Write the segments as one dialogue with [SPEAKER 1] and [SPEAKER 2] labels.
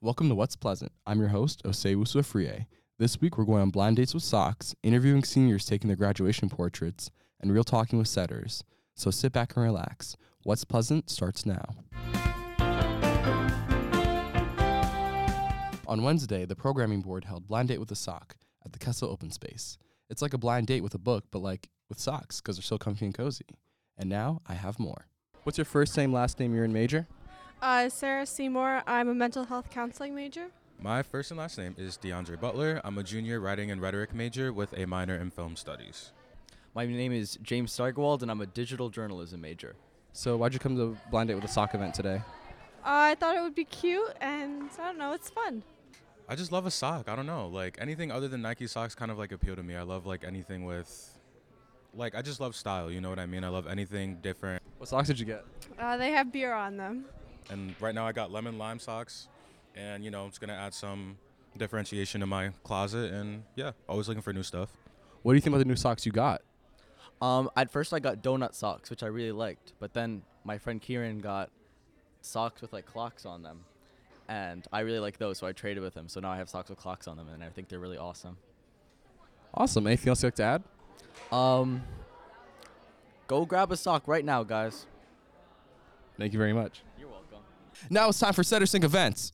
[SPEAKER 1] Welcome to What's Pleasant. I'm your host, Osei Wusufrie. This week, we're going on blind dates with socks, interviewing seniors taking their graduation portraits, and real talking with setters. So sit back and relax. What's Pleasant starts now. On Wednesday, the programming board held Blind Date with a Sock at the Kessel Open Space. It's like a blind date with a book, but like with socks, because they're so comfy and cozy. And now I have more. What's your first name, last name, year, and major?
[SPEAKER 2] Uh, Sarah Seymour. I'm a mental health counseling major.
[SPEAKER 3] My first and last name is DeAndre Butler. I'm a junior writing and rhetoric major with a minor in film studies.
[SPEAKER 4] My name is James Stargwald, and I'm a digital journalism major.
[SPEAKER 1] So, why'd you come to Blind Date with a Sock event today?
[SPEAKER 2] Uh, I thought it would be cute, and I don't know, it's fun.
[SPEAKER 3] I just love a sock. I don't know. Like anything other than Nike socks kind of like appeal to me. I love like anything with like I just love style, you know what I mean? I love anything different.
[SPEAKER 1] What socks did you get?
[SPEAKER 2] Uh, they have beer on them.
[SPEAKER 3] And right now I got lemon lime socks and you know, it's going to add some differentiation to my closet and yeah, always looking for new stuff.
[SPEAKER 1] What do you think about the new socks you got?
[SPEAKER 4] Um, at first, I got donut socks, which I really liked, but then my friend Kieran got socks with like clocks on them, and I really like those, so I traded with him. So now I have socks with clocks on them, and I think they're really awesome.
[SPEAKER 1] Awesome. Anything else you'd like to add?
[SPEAKER 4] Um, go grab a sock right now, guys.
[SPEAKER 1] Thank you very much.
[SPEAKER 4] You're welcome.
[SPEAKER 1] Now it's time for Setter Sync events.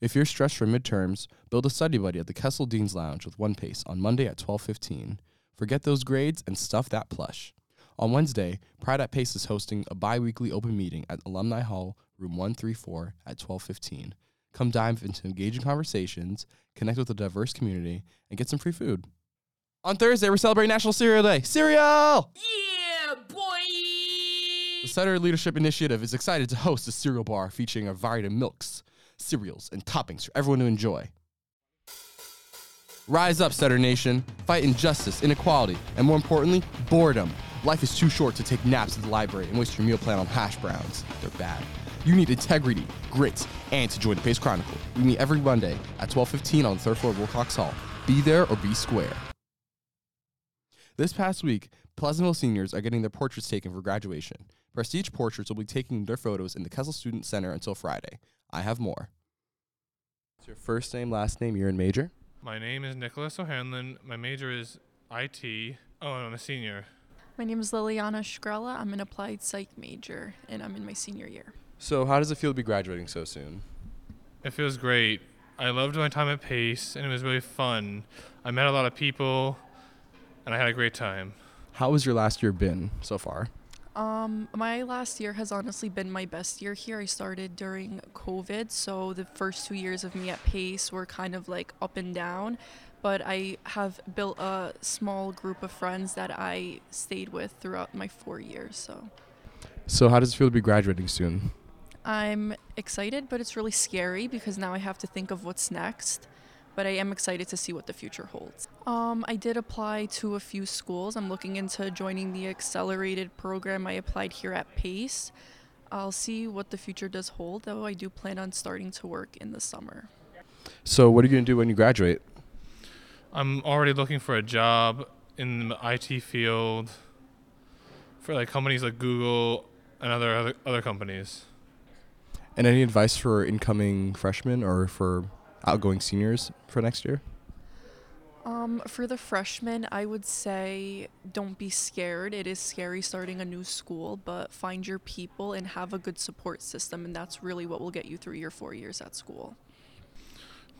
[SPEAKER 1] If you're stressed from midterms, build a study buddy at the Kessel Dean's Lounge with One Pace on Monday at 12:15. Forget those grades and stuff that plush. On Wednesday, Pride at Pace is hosting a bi-weekly open meeting at Alumni Hall, room 134 at 12:15. Come dive into engaging conversations, connect with a diverse community, and get some free food. On Thursday, we're celebrating National Cereal Day. Cereal!
[SPEAKER 5] Yeah, boy!
[SPEAKER 1] The Sutter Leadership Initiative is excited to host a cereal bar featuring a variety of milks, cereals, and toppings for everyone to enjoy. Rise up, Sutter Nation. Fight injustice, inequality, and more importantly, boredom. Life is too short to take naps at the library and waste your meal plan on hash browns. They're bad. You need integrity, grit, and to join the Pace Chronicle. We meet every Monday at 12:15 on the third floor of Wilcox Hall. Be there or be square. This past week, Pleasantville seniors are getting their portraits taken for graduation. Prestige Portraits will be taking their photos in the Kessel Student Center until Friday. I have more. It's your first name, last name, year, and major.
[SPEAKER 6] My name is Nicholas O'Hanlon. My major is IT. Oh, and I'm a senior.
[SPEAKER 7] My name is Liliana Shkrela. I'm an applied psych major and I'm in my senior year.
[SPEAKER 1] So, how does it feel to be graduating so soon?
[SPEAKER 6] It feels great. I loved my time at Pace, and it was really fun. I met a lot of people, and I had a great time.
[SPEAKER 1] How has your last year been so far?
[SPEAKER 7] Um, my last year has honestly been my best year here. I started during COVID, so the first two years of me at Pace were kind of like up and down, but I have built a small group of friends that I stayed with throughout my four years. So
[SPEAKER 1] So, how does it feel to be graduating soon?
[SPEAKER 7] I'm excited, but it's really scary because now I have to think of what's next. But I am excited to see what the future holds. Um, I did apply to a few schools. I'm looking into joining the accelerated program I applied here at Pace. I'll see what the future does hold, though I do plan on starting to work in the summer.
[SPEAKER 1] So, what are you going to do when you graduate?
[SPEAKER 6] I'm already looking for a job in the IT field for like companies like Google and other other, other companies.
[SPEAKER 1] And any advice for incoming freshmen or for outgoing seniors for next year?
[SPEAKER 7] Um, for the freshmen, I would say don't be scared. It is scary starting a new school, but find your people and have a good support system, and that's really what will get you through your four years at school.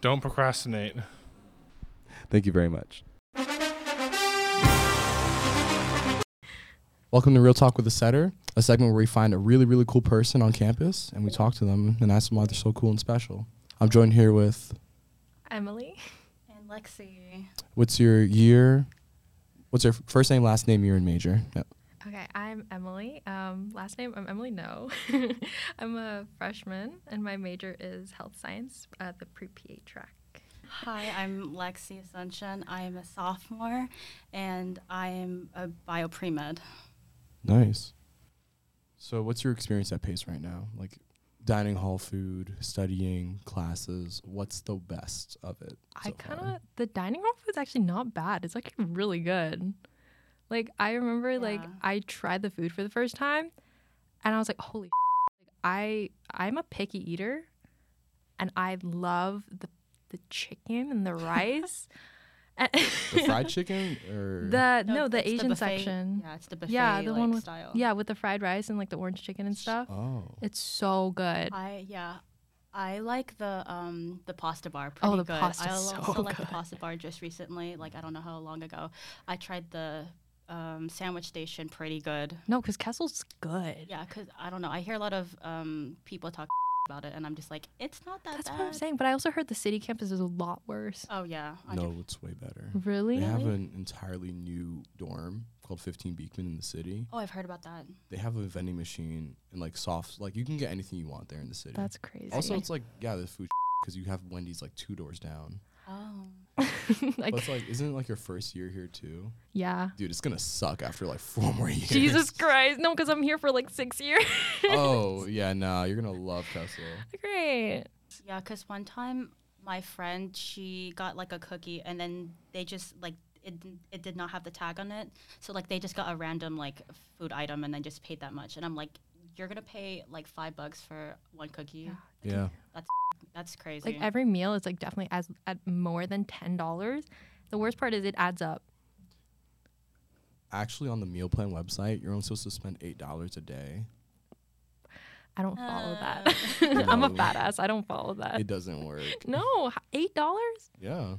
[SPEAKER 6] Don't procrastinate.
[SPEAKER 1] Thank you very much. Welcome to Real Talk with a Setter, a segment where we find a really, really cool person on campus and we talk to them and ask them why they're so cool and special. I'm joined here with
[SPEAKER 8] Emily.
[SPEAKER 9] And Lexi.
[SPEAKER 1] what's your year? What's your f- first name, last name, year, and major? Yep.
[SPEAKER 8] Okay, I'm Emily. Um, last name, I'm Emily No. I'm a freshman, and my major is health science at the pre PA track.
[SPEAKER 9] Hi, I'm Lexi Ascension. I am a sophomore and I am a bio pre med.
[SPEAKER 1] Nice. So, what's your experience at Pace right now? Like dining hall food, studying, classes. What's the best of it?
[SPEAKER 8] I
[SPEAKER 1] so far?
[SPEAKER 8] kind of, the dining hall food's actually not bad. It's actually really good. Like, I remember, like,
[SPEAKER 9] Yeah.
[SPEAKER 8] I tried the food for the first time, and I was like, holy, like, I, I'm a picky eater. and I love the the chicken and the rice. And-
[SPEAKER 1] The fried chicken or
[SPEAKER 8] the no,
[SPEAKER 9] it's
[SPEAKER 8] the Asian
[SPEAKER 9] buffet-
[SPEAKER 8] section.
[SPEAKER 9] Yeah, it's the buffet
[SPEAKER 8] yeah, the one
[SPEAKER 9] like,
[SPEAKER 8] with
[SPEAKER 9] style.
[SPEAKER 8] yeah with the fried rice and like the orange chicken and stuff.
[SPEAKER 1] oh
[SPEAKER 8] It's so good.
[SPEAKER 9] I yeah. I like the um the pasta bar
[SPEAKER 8] Oh,
[SPEAKER 9] pretty
[SPEAKER 8] the
[SPEAKER 9] good. I
[SPEAKER 8] pasta's
[SPEAKER 9] also
[SPEAKER 8] so
[SPEAKER 9] like the
[SPEAKER 8] good.
[SPEAKER 9] pasta bar just recently, like I don't know how long ago. I tried the um, sandwich station pretty good.
[SPEAKER 8] No, because Kessel's good.
[SPEAKER 9] Yeah, cuz I don't know. I hear a lot of um, people talk about it and I'm just like it's not that
[SPEAKER 8] That's
[SPEAKER 9] bad.
[SPEAKER 8] what I'm saying. But I also heard the city campus is a lot worse.
[SPEAKER 9] Oh yeah. I
[SPEAKER 1] no, it's way better.
[SPEAKER 8] Really?
[SPEAKER 1] They have an entirely new dorm called 15 Beekman in the city.
[SPEAKER 9] Oh, I've heard about that.
[SPEAKER 1] They have a vending machine and like soft, like you can get anything you want there in the city.
[SPEAKER 8] That's crazy.
[SPEAKER 1] also, it's like yeah, the food because you have Wendy's like two doors down.
[SPEAKER 9] Oh.
[SPEAKER 1] But
[SPEAKER 8] like,
[SPEAKER 1] it's like, isn't it like your first year here too,
[SPEAKER 8] yeah.
[SPEAKER 1] dude? It's gonna suck after like four more years.
[SPEAKER 8] Jesus Christ. No, because I'm here for like six years.
[SPEAKER 1] Oh yeah, nah, you're gonna love Kessel.
[SPEAKER 8] Great.
[SPEAKER 9] Yeah, because one time my friend she got like a cookie and then they just like it didn't- it did not have the tag on it, so like they just got a random like food item and then just paid that much, and I'm like, you're gonna pay like five bucks for one cookie?
[SPEAKER 1] Yeah,
[SPEAKER 9] That's crazy.
[SPEAKER 8] Like every meal is like definitely as at more than ten dollars. The worst part is it adds up.
[SPEAKER 1] actually, on the meal plan website, you're only supposed to spend eight dollars a day.
[SPEAKER 8] I don't follow that. I'm a
[SPEAKER 1] No.
[SPEAKER 8] fat ass. I don't follow that.
[SPEAKER 1] It doesn't work.
[SPEAKER 8] no, h- eight dollars?
[SPEAKER 1] Yeah,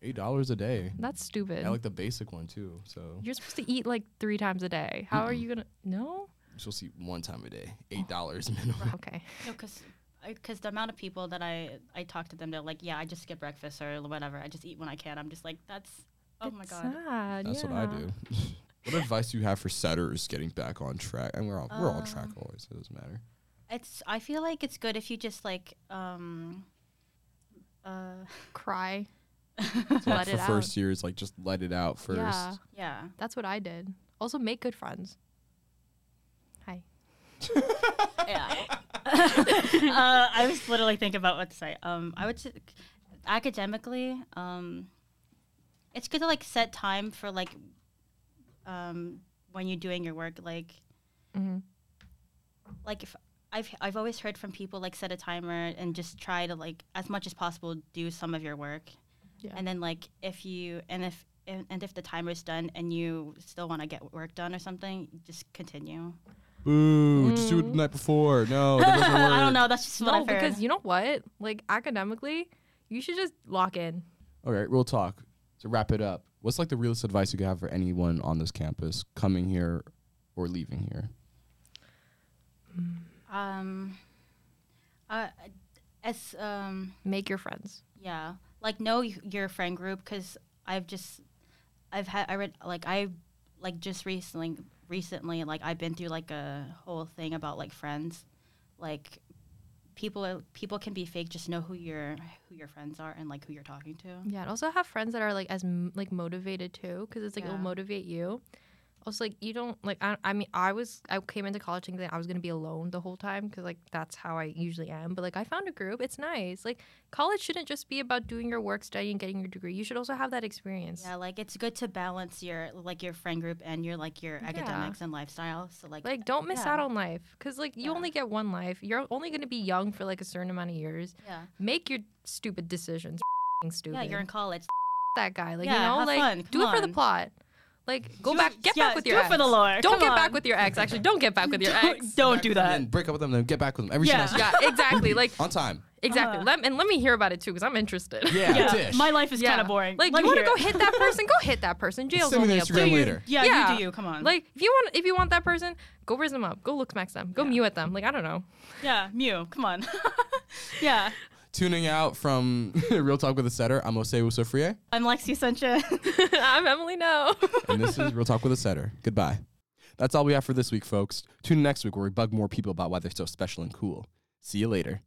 [SPEAKER 1] eight dollars a day.
[SPEAKER 8] That's stupid.
[SPEAKER 1] I like the basic one too. So
[SPEAKER 8] You're supposed to eat like three times a day. How are you gonna? No.
[SPEAKER 1] you're supposed to eat one time a day, eight dollars minimum.
[SPEAKER 8] Okay.
[SPEAKER 9] no, because. Because the amount of people that I I talk to them, they're like, yeah, I just skip breakfast or whatever. I just eat when I can. I'm just like, that's oh my
[SPEAKER 8] It's
[SPEAKER 9] god.
[SPEAKER 8] sad,
[SPEAKER 1] That's what I
[SPEAKER 8] yeah.
[SPEAKER 1] do. what advice do you have for setters getting back on track? And we're on we're on track
[SPEAKER 9] Um,
[SPEAKER 1] always. so It doesn't matter.
[SPEAKER 9] It's I feel like it's good if you just like um uh
[SPEAKER 8] Cry.
[SPEAKER 1] So, like,
[SPEAKER 8] Let
[SPEAKER 1] for
[SPEAKER 8] it out.
[SPEAKER 1] first years, like just let it out first.
[SPEAKER 8] Yeah,
[SPEAKER 9] yeah.
[SPEAKER 8] that's what I did. Also, make good friends. Hi.
[SPEAKER 9] yeah. uh, I was literally thinking about what to say. Um, I would say, academically, um, it's good to like set time for like um, when you're doing your work. Like,
[SPEAKER 8] Mhm.
[SPEAKER 9] like if I've I've always heard from people like set a timer and just try to like as much as possible do some of your work,
[SPEAKER 8] Yeah.
[SPEAKER 9] and then like if you and if and, and if the timer's done and you still want to get work done or something, just continue.
[SPEAKER 1] Boo! Just do it the night before. No, that doesn't work.
[SPEAKER 9] Mm. I don't know. That's just what
[SPEAKER 8] No,
[SPEAKER 9] I've heard.
[SPEAKER 8] because you know what? Like academically, you should just lock in.
[SPEAKER 1] All right, real talk. To wrap it up, what's like the realest advice you could have for anyone on this campus coming here or leaving here?
[SPEAKER 9] Um, uh, as um,
[SPEAKER 8] Make your friends.
[SPEAKER 9] yeah, like know y- your friend group because I've just, I've had, I read like I, like just recently, recently like I've been through like a whole thing about like friends, like people are- people can be fake. Just know who your who your friends are and like who you're talking to.
[SPEAKER 8] Yeah, and also have friends that are like as m- like motivated too, because it's like it'll
[SPEAKER 9] Yeah.
[SPEAKER 8] motivate you. Also, like you don't like. I, I mean, I was I came into college thinking I was gonna be alone the whole time because like that's how I usually am. But like I found a group. It's nice. Like college shouldn't just be about doing your work, studying, getting your degree. You should also have that experience.
[SPEAKER 9] Yeah, like it's good to balance your like your friend group and your like your academics and lifestyle. So like,
[SPEAKER 8] Like don't miss
[SPEAKER 9] Yeah.
[SPEAKER 8] out on life, because like you only get one life. You're only gonna be young for like a certain amount of years.
[SPEAKER 9] yeah,
[SPEAKER 8] Make your stupid decisions. Stupid.
[SPEAKER 9] yeah, you're in college.
[SPEAKER 8] that guy. Like
[SPEAKER 9] Yeah,
[SPEAKER 8] you know,
[SPEAKER 9] have
[SPEAKER 8] like
[SPEAKER 9] fun.
[SPEAKER 8] do
[SPEAKER 9] Come
[SPEAKER 8] it for the
[SPEAKER 9] on.
[SPEAKER 8] plot. Like go
[SPEAKER 9] Do-
[SPEAKER 8] back, get
[SPEAKER 9] yeah,
[SPEAKER 8] back with
[SPEAKER 9] do
[SPEAKER 8] your
[SPEAKER 9] it
[SPEAKER 8] ex.
[SPEAKER 9] for the Lord.
[SPEAKER 8] Don't
[SPEAKER 9] Come
[SPEAKER 8] get
[SPEAKER 9] on.
[SPEAKER 8] back with your ex. Actually, don't get back with your ex.
[SPEAKER 9] Don't do that.
[SPEAKER 1] And break up with them, then get back with them every
[SPEAKER 9] Yeah.
[SPEAKER 1] semester.
[SPEAKER 8] Yeah, exactly. Like
[SPEAKER 1] On time.
[SPEAKER 8] exactly.
[SPEAKER 9] Uh.
[SPEAKER 8] Let, and let me hear about it too, because I'm interested.
[SPEAKER 1] Yeah,
[SPEAKER 9] Uh-huh. yeah,
[SPEAKER 1] dish.
[SPEAKER 9] my life is
[SPEAKER 8] Yeah.
[SPEAKER 9] kind of boring.
[SPEAKER 8] Like
[SPEAKER 9] Let
[SPEAKER 8] you
[SPEAKER 9] me
[SPEAKER 8] want to
[SPEAKER 9] hear
[SPEAKER 8] go
[SPEAKER 9] it.
[SPEAKER 8] hit that person? Go hit that person. Jail's
[SPEAKER 1] Send me
[SPEAKER 8] only
[SPEAKER 1] their
[SPEAKER 8] a
[SPEAKER 1] Instagram
[SPEAKER 8] place.
[SPEAKER 1] later.
[SPEAKER 9] Yeah,
[SPEAKER 8] Yeah.
[SPEAKER 9] you do you. Come on.
[SPEAKER 8] Like if you want, if you want that person, go raise them up. Go look smack them. Go mew at them. Like I don't know.
[SPEAKER 9] yeah, Mew. Come on. yeah,
[SPEAKER 1] Tuning out from Real Talk with a Setter, I'm Osei Wusufrie,
[SPEAKER 9] I'm Lexi Sanchez.
[SPEAKER 8] I'm Emily. No.
[SPEAKER 1] and this is Real Talk with a Setter. Goodbye. That's all we have for this week, folks. Tune in next week where we bug more people about why they're so special and cool. See you later.